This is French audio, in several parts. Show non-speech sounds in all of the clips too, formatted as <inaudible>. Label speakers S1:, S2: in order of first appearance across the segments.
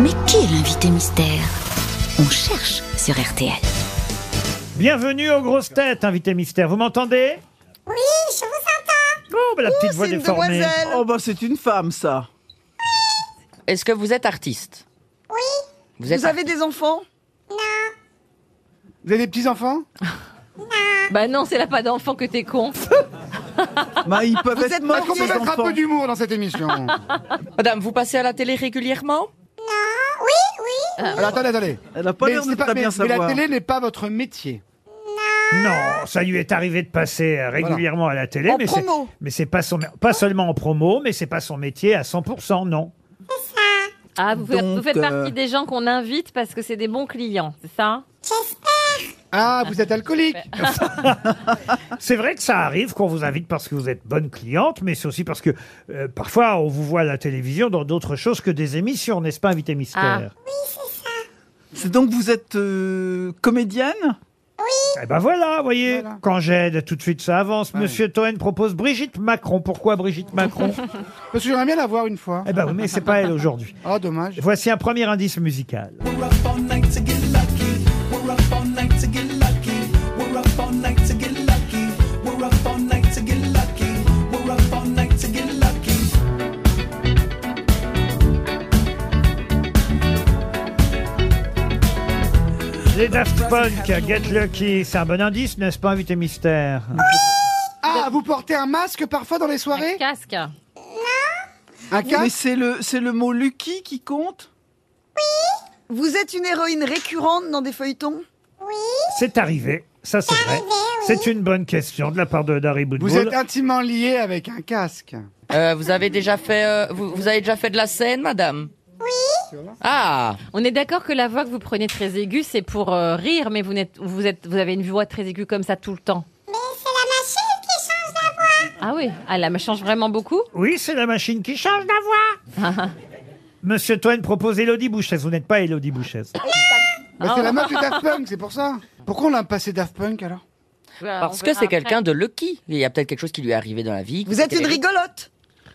S1: Mais qui est l'invité mystère On cherche sur RTL.
S2: Bienvenue aux grosses têtes, invité mystère. Vous m'entendez
S3: Oui, je vous entends.
S2: Oh, bah, la petite voix
S4: c'est une
S2: déformée.
S4: demoiselle.
S5: Oh bah c'est une femme ça.
S6: Est-ce que vous êtes artiste
S3: Oui,
S6: Vous êtes
S4: Vous avez des enfants
S3: non,
S7: Vous avez des petits-enfants
S8: Bah non, c'est là pas d'enfant que t'es con.
S5: Bah ils peuvent
S4: Vous
S5: être
S4: êtes
S5: morts
S4: morts,
S7: Est-ce qu'on peut
S5: ces
S7: mettre un
S5: enfants.
S7: peu d'humour dans cette émission
S6: Ah, artiste. Madame, vous passez à la télé régulièrement
S3: non, oui, oui,
S7: Alors attendez, attendez.
S5: Elle a pas
S7: Mais
S5: l'air de
S7: c'est
S5: très
S7: mais-
S5: bien
S7: mais la
S5: savoir.
S7: télé n'est pas votre métier.
S2: Non, ça lui est arrivé de passer euh, régulièrement à la télé,
S4: En
S2: mais c'est-
S4: promo.
S2: mais c'est pas son pas seulement en promo, mais c'est pas son métier à 100 non.
S8: Ah, vous, faites-
S5: Donc,
S8: vous faites
S5: euh,
S8: partie des gens qu'on invite parce que c'est des bons clients, c'est ça
S3: j'espère.
S7: Ah, vous êtes alcoolique
S4: Ah.
S2: C'est vrai que ça arrive qu'on vous invite parce que vous êtes bonne cliente, mais c'est aussi parce que euh, parfois on vous voit à la télévision dans d'autres choses que des émissions, n'est-ce pas, invité
S3: Ah.
S2: mystère
S5: C'est donc vous êtes euh, comédienne
S2: Eh ben voilà, voyez,
S7: Voilà.
S2: quand j'aide, tout de suite ça avance. Monsieur Toen propose Brigitte Macron. Pourquoi Brigitte
S4: <laughs>
S2: Macron
S7: Parce que j'aimerais bien la voir une fois.
S2: Eh ben oui, mais c'est pas elle aujourd'hui.
S7: Oh, dommage.
S2: Voici un premier indice musical. Les Daft Punk, Get Lucky, c'est un bon indice, n'est-ce pas, invité mystère
S7: Ah, vous portez un masque parfois dans les
S8: Un
S7: soirées
S8: casque.
S7: Un
S5: Mais
S7: casque
S5: c'est le c'est le mot Lucky qui compte
S4: Vous êtes une héroïne récurrente dans des feuilletons
S3: Oui,
S2: C'est arrivé, ça c'est vrai.
S3: arrivé, oui.
S2: C'est une bonne question de la part de Dari
S7: Vous
S2: Boudboul.
S7: êtes intimement lié avec un casque.
S6: Euh, Vous avez déjà fait, euh, vous, vous avez déjà fait de la scène, madame Oui. Ah,
S8: On est d'accord que la voix que vous prenez très aiguë, c'est pour euh, rire, mais vous, n'êtes- vous, êtes, vous avez une voix très aiguë comme ça tout le temps.
S3: mais c'est la machine qui change la voix.
S8: Ah oui, elle me change vraiment beaucoup.
S2: Oui, c'est la machine qui change la voix.
S7: <laughs>
S2: Monsieur Toen propose Elodie Bouchez. Vous n'êtes pas Elodie Bouchez.
S7: Bah, c'est la meuf de Daft Punk, c'est pour ça. Pourquoi on l'a passé Daft Punk alors
S6: parce que c'est quelqu'un de lucky. Il y a peut-être quelque chose qui lui est arrivé dans la vie.
S4: Vous êtes une
S6: rigole
S4: rigolote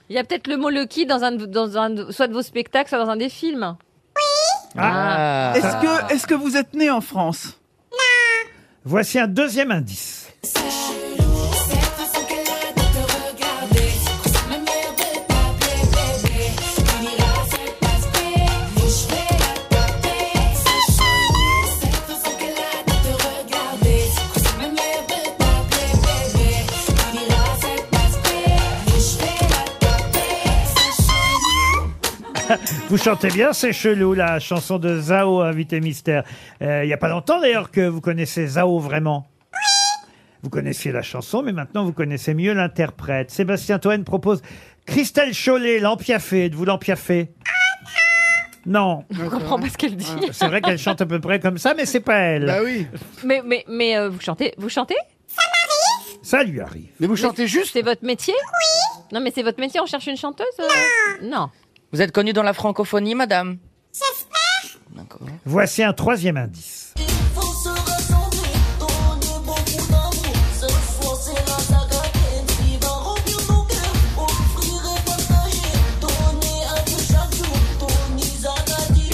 S8: Il y a peut-être le mot Lucky dans un, de- dans un, de- soit de vos spectacles, soit dans un des films.
S6: Ah.
S5: Est-ce que est-ce que vous êtes né en France
S2: Voici un deuxième indice. Vous chantez bien, c'est chelou, la chanson de Zao, invité mystère. Euh, Il n'y a pas longtemps d'ailleurs que vous connaissez Zao vraiment. Vous connaissiez la chanson, mais maintenant vous connaissez mieux l'interprète. Sébastien Toen propose Christelle Chollet, l'empiaffée. Vous l'empiaffée Non,
S8: Je comprends pas ce qu'elle dit.
S2: c'est vrai qu'elle chante à peu près comme ça, mais c'est pas elle.
S7: Bah oui.
S8: Mais, mais, mais euh, vous chantez Vous chantez
S2: Ça lui arrive.
S7: Mais vous chantez juste
S8: C'est votre métier Oui. Non, mais c'est votre métier, on cherche une chanteuse euh Non.
S6: Vous êtes connue dans la francophonie, madame D'accord.
S2: Voici un troisième indice.
S9: Faut se rassembler, donner beaucoup d'amour. Cette fois, c'est la saga qui va remplir nos cœurs. Offrir et partager, donner un peu chaque jour. Ton Isaac a dit.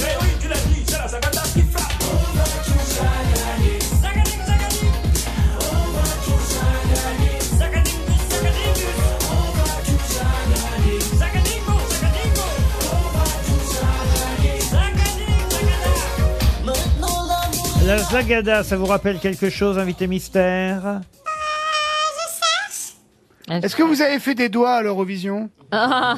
S9: Maintenant, l'amour est
S2: La Zagada, ça vous rappelle quelque chose, invité mystère
S7: Est-ce que vous avez fait des doigts à l'Eurovision
S8: Ah,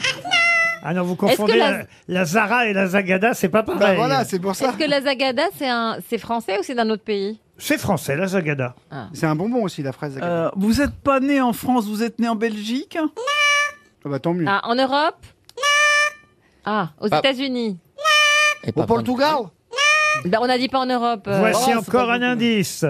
S2: Ah non, vous confondez
S8: que la-
S2: la... la Zara et la Zagada, c'est pas pareil.
S7: Bah voilà, c'est pour ça.
S8: Est-ce que la Zagada, c'est un- c'est français ou c'est d'un autre pays
S2: C'est français, la Zagada.
S7: C'est un bonbon aussi, la fraise.
S5: Euh, Vous êtes pas né en France, vous êtes né en Belgique
S7: Ah bah tant mieux.
S8: Ah, en Europe Ah, aux
S6: Ah.
S8: États-Unis.
S6: Et
S7: Au
S6: pas
S7: Portugal
S8: Ben, on n'a dit pas en Europe. euh.
S2: Voici
S6: oh, c'est
S2: encore
S6: pas
S2: un
S6: beaucoup.
S2: indice.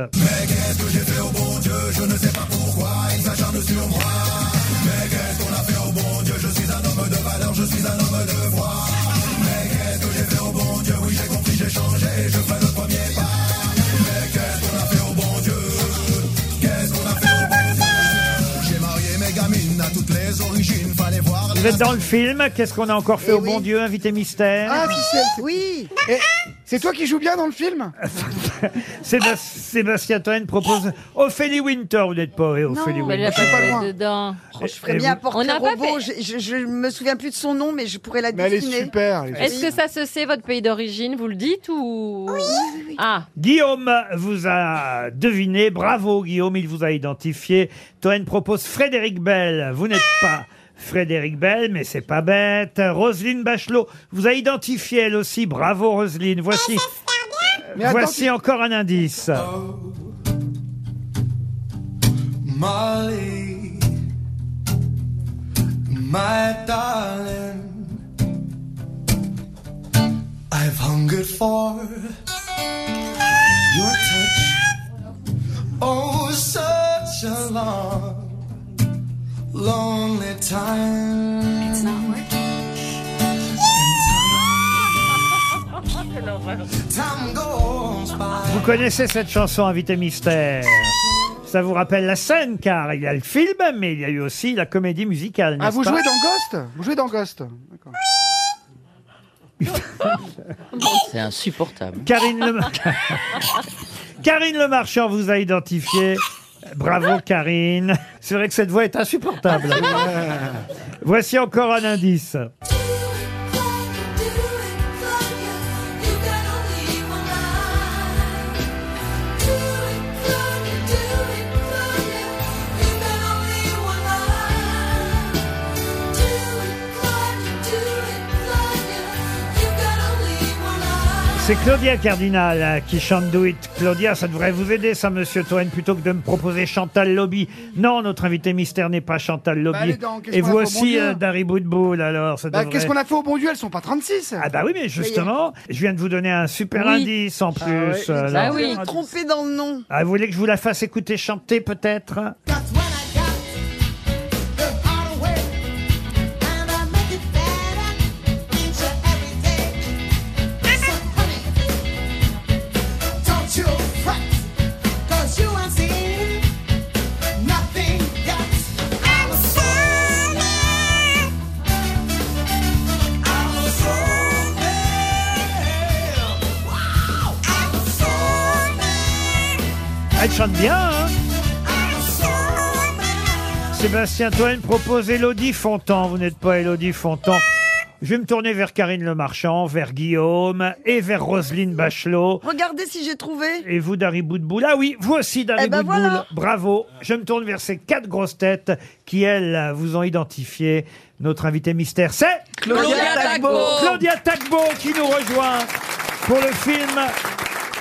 S2: Vous êtes dans le film. Qu'est-ce qu'on a encore
S6: Eh
S2: fait au bon Dieu, invité mystère
S7: Ah, si, c'est-
S4: Oui.
S7: eh, c'est toi qui joues bien dans le film
S2: Sébas- Sébastien Toen propose Ophélie Winter. Vous n'êtes pas euh, Ophélie
S8: oh, Mais
S2: Winter.
S8: la
S7: pas
S8: pas
S7: loin.
S8: dedans.
S4: Oh, je
S7: eh,
S4: ferais
S2: Et
S4: bien un
S2: vous-
S8: On
S4: portrait
S8: n'a pas
S4: robot.
S8: fait-
S4: Je, je- je me souviens plus de son nom, mais je pourrais la
S7: Mais elle est
S4: dessiner.
S7: super. elle est-
S8: Est-ce que ça se sait votre pays d'origine Vous le dites ou Ah,
S2: Guillaume vous a deviné. Bravo, Guillaume. Il vous a identifié. Toen propose Frédéric Bell. Vous n'êtes pas Frédéric Bell, mais c'est pas bête. Roselyne Bachelot vous a identifié, elle aussi. Bravo, Roselyne. Voici, euh,
S7: Mais attends,
S2: voici encore un indice.
S9: Molly, my darling, I've hungered for your touch. Oh, such a long, lonely time. It's not working. Time goes by.
S2: Vous connaissez cette chanson, Invité Mystère ça vous rappelle la scène, car il y a le film, mais il y a eu aussi la comédie musicale.
S7: Ah,
S2: n'est-ce
S7: vous
S2: pas
S7: jouez dans Ghost Vous jouez dans Ghost D'accord.
S6: C'est insupportable.
S2: Karine
S8: <laughs>
S2: Le... Karine Le Marchand vous a identifié. Bravo Karine. C'est vrai que cette voix est insupportable. Voici encore un indice. C'est Claudia Cardinal euh, qui chante Do It. Claudia, ça devrait vous aider ça, monsieur Toen, plutôt que de me proposer Chantal Lobby. Non, notre invité mystère n'est pas Chantal Lobby.
S7: Bah, allez donc, qu'est-ce
S2: Et
S7: qu'on
S2: vous
S7: a pour bon
S2: aussi,
S7: Dieu
S2: euh, Dari Boudboul, alors. ça
S7: Bah,
S2: devrait-
S7: Qu'est-ce qu'on a fait au bon Dieu Elles sont pas 36
S2: Ah bah oui, mais justement, je viens de vous donner un super
S8: Oui.
S2: indice en plus. euh,
S8: Ah
S2: alors.
S8: oui.
S4: Je me trompais dans le nom.
S2: Ah, vous voulez que je vous la fasse écouter chanter peut-être
S9: That's when I got the hard way, and I make it better each and every day. So honey, don't you fret, 'cause you ain't seen nothing yet. I'm a soulmate. I'm a soulmate. Wow. I'm a soulmate.
S2: Elle chante bien, hein
S9: I'm a soulmate.
S2: Sébastien Toen propose Élodie Fontan. Vous n'êtes pas Élodie Fontan. Je vais me tourner vers Karine Le Marchand, vers Guillaume et vers Roselyne Bachelot.
S4: Regardez si j'ai trouvé.
S2: Et vous, Dari Boudboul. Ah oui, vous aussi, Dari
S4: Eh ben
S2: Boudboul.
S4: voilà.
S2: Bravo. Je me tourne vers ces quatre grosses têtes qui, elles, vous ont identifié. Notre invité mystère, c'est
S6: Claudia Tagbo.
S2: Claudia Tagbo qui nous rejoint pour le film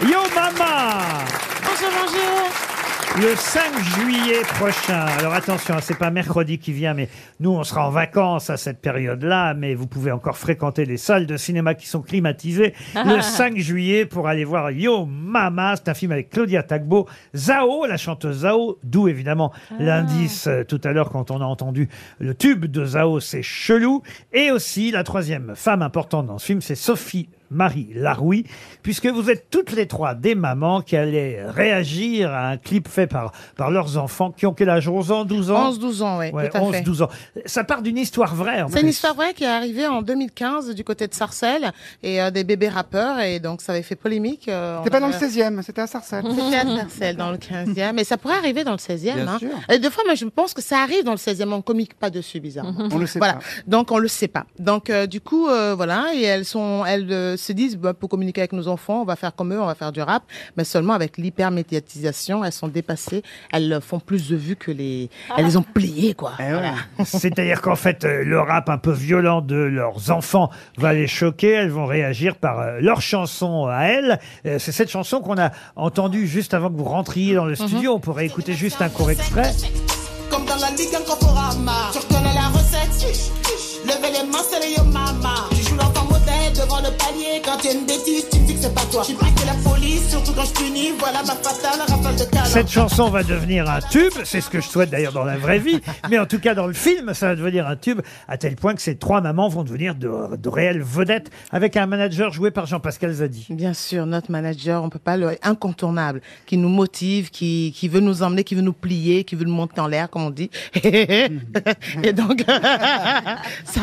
S2: Yo Mama.
S3: Bonjour, bonjour.
S2: Le 5 juillet prochain. Alors attention, hein, c'est pas mercredi qui vient, mais nous on sera en vacances à cette période-là, mais vous pouvez encore fréquenter les salles de cinéma qui sont climatisées le 5 juillet pour aller voir Yo Mama. C'est un film avec Claudia Tagbo, Zao, la chanteuse Zao, d'où évidemment l'indice euh, tout à l'heure quand on a entendu le tube de Zao, c'est chelou. Et aussi la troisième femme importante dans ce film, c'est Sophie Marie Laroui, puisque vous êtes toutes les trois des mamans qui allaient réagir à un clip fait par, par leurs enfants qui ont quel âge 11 ans, 12 ans
S10: 11-12 ans, oui,
S2: Ouais,
S10: tout à
S2: 11,
S10: fait.
S2: 12 ans. Ça part d'une histoire vraie en
S10: C'est une
S2: plus.
S10: histoire vraie qui est arrivée en 2015 du côté de Sarcelles et euh, des bébés rappeurs et donc ça avait fait polémique. euh, on
S7: T'es pas dans le
S10: avait-
S7: 16ème, c'était à Sarcelles.
S10: <laughs> C'était à Sarcelles dans le 15e, mais ça pourrait arriver dans le 16e.
S7: Bien
S10: hein.
S7: sûr.
S10: Et des fois, moi, je pense que ça arrive dans le 16e, on comique pas dessus, bizarrement.
S7: On le sait
S10: Voilà,
S7: pas.
S10: donc on le sait pas. Donc euh, du coup, euh, voilà, et elles sont, elles euh, se disent, bah, pour communiquer avec nos enfants, on va faire comme eux, on va faire du rap, mais seulement avec l'hypermédiatisation, elles sont dépassées, elles euh, font plus de vues que les, elles les ont pliées quoi.
S7: Eh ouais.
S2: <laughs> C'est-à-dire qu'en fait, euh, le rap un peu violent de leurs enfants va les choquer. Elles vont réagir par euh, leur chanson à elles. Euh, C'est cette chanson qu'on a entendue juste avant que vous rentriez
S10: Mhm.
S2: dans le studio. On pourrait écouter juste un court extrait.
S9: Comme dans la ligue en Conforama, tu reconnais la recette. Levez les mains, c'est le yo mama. Tu joues l'enfant modèle devant le palier. Quand tu as une bêtise, tu me dis que c'est pas Je suis plus que la police, surtout quand je punis. Voilà ma fatale rafale de talent.
S2: Cette chanson va devenir un tube, c'est ce que je souhaite d'ailleurs dans la vraie vie, mais en tout cas dans le film, ça va devenir un tube, à tel point que ces trois mamans vont devenir de, de réelles vedettes avec un manager joué par Jean-Pascal Zadi.
S10: Bien sûr, notre manager, on peut pas le incontournable, qui nous motive, qui, qui veut nous emmener, qui veut nous plier, qui veut nous monter en l'air, comme on dit. <laughs> Et donc, ça,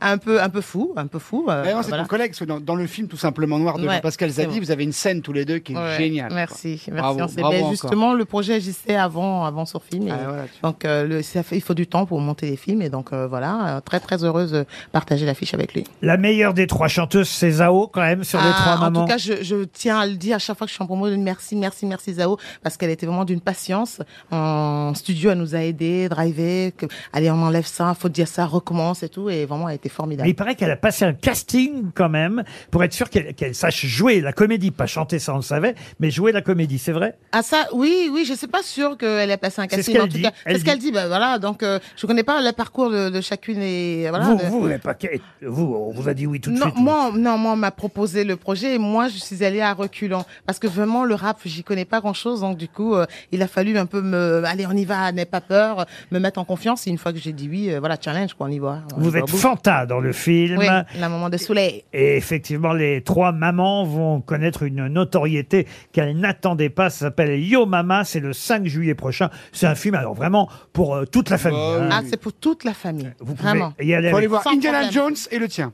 S10: un peu, un peu fou, un peu fou. euh,
S7: D'ailleurs, c'est
S10: voilà.
S7: ton collègue, parce que dans, dans le film Tout simplement noir de
S10: Ouais,
S7: Pascal
S10: c'est
S7: Zadi,
S10: bon.
S7: vous avez une scène tous les deux qui est
S10: Ouais,
S7: géniale. quoi.
S10: Merci, merci.
S7: Bravo,
S10: on s'est-
S7: bravo
S10: ben,
S7: encore.
S10: justement, le projet agissait avant, avant sur film. et-
S7: Ah, voilà, tu-
S10: Donc, euh, le, ça fait- il faut du temps pour monter les films. Et donc, euh, voilà, euh, très, très heureuse de partager l'affiche avec lui.
S2: La meilleure des trois chanteuses, c'est Zao quand même sur les
S10: Ah,
S2: trois
S10: en
S2: mamans.
S10: tout cas, je, je tiens à le dire à chaque fois que je suis en promo, merci, merci, merci Zao, parce qu'elle était vraiment d'une patience. En studio, elle nous a aidés, driver, que- allez, on enlève ça, faut dire ça, recommence et tout, et vraiment, elle était
S2: Mais
S10: formidable.
S2: il paraît qu'elle a passé un casting quand même pour être sûre qu'elle qu'elle sache jouer la comédie, pas chanter ça on le savait, mais jouer la comédie, c'est vrai
S10: Ah ça, oui, oui, je sais pas sûr qu'elle ait passé un
S2: C'est ce
S10: casting.
S2: qu'elle
S10: mais en tout
S2: dit.
S10: cas,
S2: Elle
S10: c'est ce qu'elle dit. Ben voilà, donc euh, je connais pas le parcours de, de chacune et voilà.
S2: Vous,
S10: de-
S2: vous, vous n'avez pas qu'à- vous, on vous a dit oui tout de
S10: non,
S2: suite.
S10: moi, non, moi, on m'a proposé le projet et moi, je suis allée à reculons parce que vraiment le rap, j'y connais pas grand chose, donc du coup, euh, il a fallu un peu me, allez, on y va, n'aie pas peur, me mettre en confiance. Et une fois que j'ai dit oui, euh, voilà, challenge, quoi, on y va. On y
S2: Vous
S10: va au
S2: êtes
S10: bout.
S2: Fanta dans le film.
S10: Oui, la maman de soleil.
S2: Et effectivement, les trois mamans vont connaître une notoriété qu'elles n'attendaient pas. Ça s'appelle Yo Mama. C'est le 5 juillet prochain. C'est un film, alors vraiment, pour euh, toute la famille.
S7: Oh,
S2: hein.
S10: Ah,
S7: oui.
S10: c'est pour toute la famille,
S2: Vous pouvez
S10: vraiment.
S2: y aller
S7: Faut aller
S2: avec-
S7: voir
S10: Sans
S7: Indiana
S10: problème.
S7: Jones et le tien.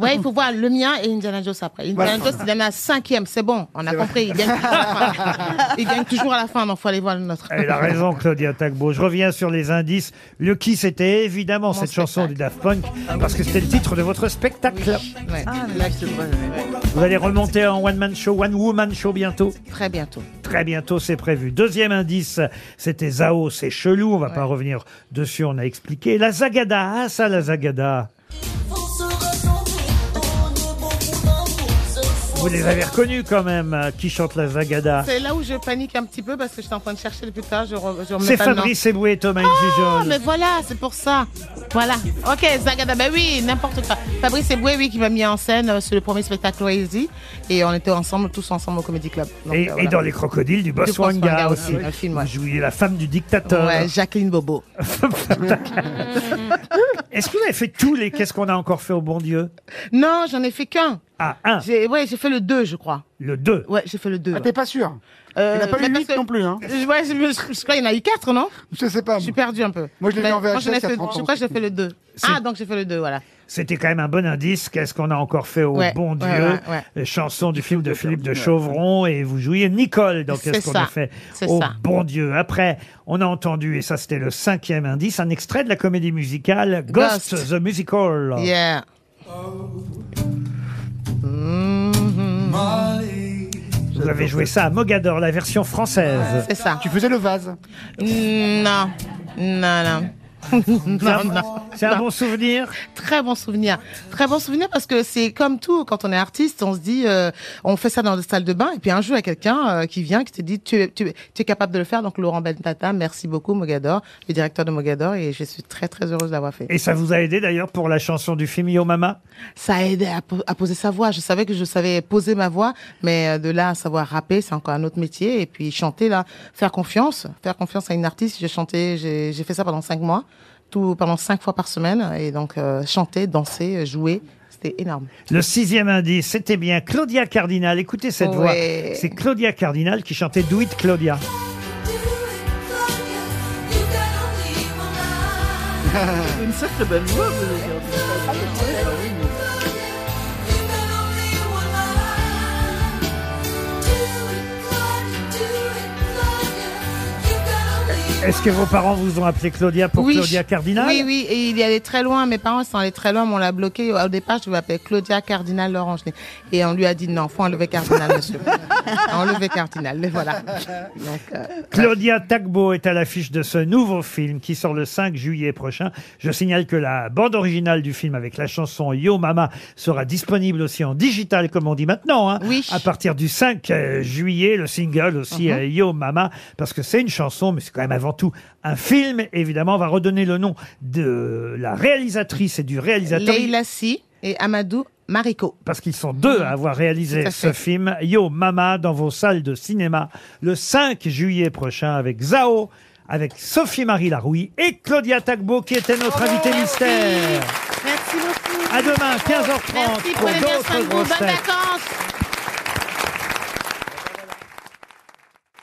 S10: Ouais, il faut voir le mien et Indiana Jones après. Indiana
S7: Voilà.
S10: Jones, il en a un cinquième, c'est bon, on a compris. Il gagne toujours à la fin.
S2: <laughs>
S10: Il gagne toujours à la fin, donc faut aller voir le nôtre.
S2: <laughs> Elle a raison, Claudia Tagbo. Je reviens sur les indices. Le qui, c'était évidemment cette chanson du Daft Punk, parce que c'était le titre de votre spectacle.
S10: Ouais,
S2: Vous allez remonter en one-man show, one-woman show bientôt.
S10: très bientôt.
S2: Très bientôt, c'est prévu. Deuxième indice, c'était Zao, c'est chelou. On va pas revenir dessus, on a expliqué. La Zagada, ah ça, la Zagada.
S9: Faut se rassembler, donner beaucoup d'amour. Cette
S2: Vous
S9: fois,
S2: les avez reconnus quand même, euh, qui chante la Zagada.
S10: C'est là où je panique un petit peu parce que je suis en train de chercher depuis tard, je, re, je remets
S2: C'est
S10: pas le nom.
S2: Fabrice Eboué et Thomas
S10: Ah,
S2: Exijol.
S10: mais voilà, c'est pour ça. Voilà. Ok, Zagada, ben oui, n'importe quoi. Fabrice Eboué, oui, qui m'a mis en scène euh, sur le premier spectacle Oasis. Et on était ensemble, tous ensemble au Comedy Club. Donc,
S2: Et,
S10: euh,
S2: et
S10: voilà.
S2: dans Les Crocodiles du Botswana
S10: Botswana
S2: aussi.
S10: aussi, un film, ouais.
S2: Vous jouiez la femme du dictateur.
S10: Ouais, Jacqueline Bobo.
S2: <laughs> Est-ce que vous avez fait tous les Qu'est-ce qu'on a encore fait au bon Dieu
S10: Non, j'en ai fait qu'un.
S2: Ah, un,
S10: J'ai, ouais, j'ai fait le 2, je crois.
S2: le 2.
S10: Ouais, j'ai fait le Euh, 2.
S7: Ah, t'es pas sûr Il n'a pas eu 8 non plus, hein
S10: Ouais, je, me- je crois qu'il y en a eu 4, non
S7: Je sais pas.
S10: Je suis perdu un peu.
S7: Moi, je l'ai
S10: Mais
S7: vu en VHS
S10: je l'ai
S7: il y a
S10: fait-
S7: 30 ans.
S10: Je crois que j'ai fait le 2.
S2: C'est-
S10: Ah, donc j'ai fait le 2, voilà.
S2: C'était quand même un bon indice. Qu'est-ce qu'on a encore fait au
S10: Ouais,
S2: bon
S10: ouais,
S2: Dieu
S10: ouais,
S2: Chanson du film de Philippe de Chauvron. Et vous jouiez Nicole dans
S10: C'est
S2: Qu'est-ce qu'on
S10: ça,
S2: a fait
S10: c'est
S2: au
S10: ça.
S2: bon Dieu. Après, on a entendu, et ça c'était le cinquième indice, un extrait de la comédie musicale Ghost,
S10: Ghost.
S2: the Musical.
S10: Yeah.
S7: Mm-hmm.
S2: Vous avez joué ça à Mogador, la version française.
S10: C'est ça. Mm,
S7: Tu faisais le vase.
S10: Non, non, non.
S7: <laughs>
S10: non, non.
S2: C'est un bon souvenir
S10: Très bon souvenir. Très bon souvenir parce que c'est comme tout, quand on est artiste, on se dit, euh, on fait ça dans la salle de bain et puis un jour, il y a quelqu'un euh, qui vient, qui te dit, tu, es- tu, es- tu es capable de le faire. Donc Laurent Bentata, merci beaucoup Mogador, le directeur de Mogador et je suis très très heureuse d'avoir fait.
S2: Et ça vous a aidé d'ailleurs pour la chanson du film Yo Mama
S10: Ça a aidé à, po- à poser sa voix. Je savais que je savais poser ma voix, mais euh, de là à savoir rapper, c'est encore un autre métier. Et puis chanter, là, faire confiance, faire confiance à une artiste. J'ai chanté, j'ai j'ai fait ça pendant cinq mois, tout pendant cinq fois par semaine. Et donc euh, chanter, danser, euh, jouer, c'était énorme.
S2: Le sixième indice, c'était bien Claudia Cardinal. Écoutez cette voix.
S10: Ouais.
S2: C'est Claudia Cardinal qui chantait Do It Claudia.
S9: do it, Claudia. You gotta leave my mind.
S5: Une sacrée belle voix.
S9: You gotta leave my mind. Do it, Claudia. Do it, Claudia. You gotta leave
S2: Est-ce que vos parents vous ont appelé Claudia pour Claudia
S10: je-
S2: Cardinal
S10: Oui, oui, et il est allé très loin. Mes parents ils sont allés très loin, mais on l'a bloqué. Au départ, je m'appelais Claudia Cardinal Laurent. Et on lui a dit non, faut enlever
S2: <laughs>
S10: Cardinal, monsieur. enlever Cardinal, et voilà. Donc, euh,
S2: Claudia Tagbo est à l'affiche de ce nouveau film qui sort le 5 juillet prochain. Je signale que la bande originale du film avec la chanson Yo Mama sera disponible aussi en digital, comme on dit maintenant. hein,
S10: Oui. Uh-huh.
S2: À partir du 5 euh, juillet, le single aussi euh, Yo Mama, parce que c'est une chanson, mais c'est quand même avant tout un film. Évidemment, on va redonner le nom de la réalisatrice et du réalisateur.
S10: Leila Si et Amadou Marico.
S2: parce qu'ils sont deux à avoir réalisé ce film, Yo Mama, dans vos salles de cinéma, le 5 juillet prochain avec Zao, avec Sophie-Marie Larouille et Claudia Tagbo, qui était notre invitée mystère.
S10: Merci beaucoup.
S2: À demain, 15h30,
S10: Merci,
S2: pour
S10: prenez bien soin
S2: d'autres
S10: de vous. Bonnes
S2: grosses têtes.
S10: vacances.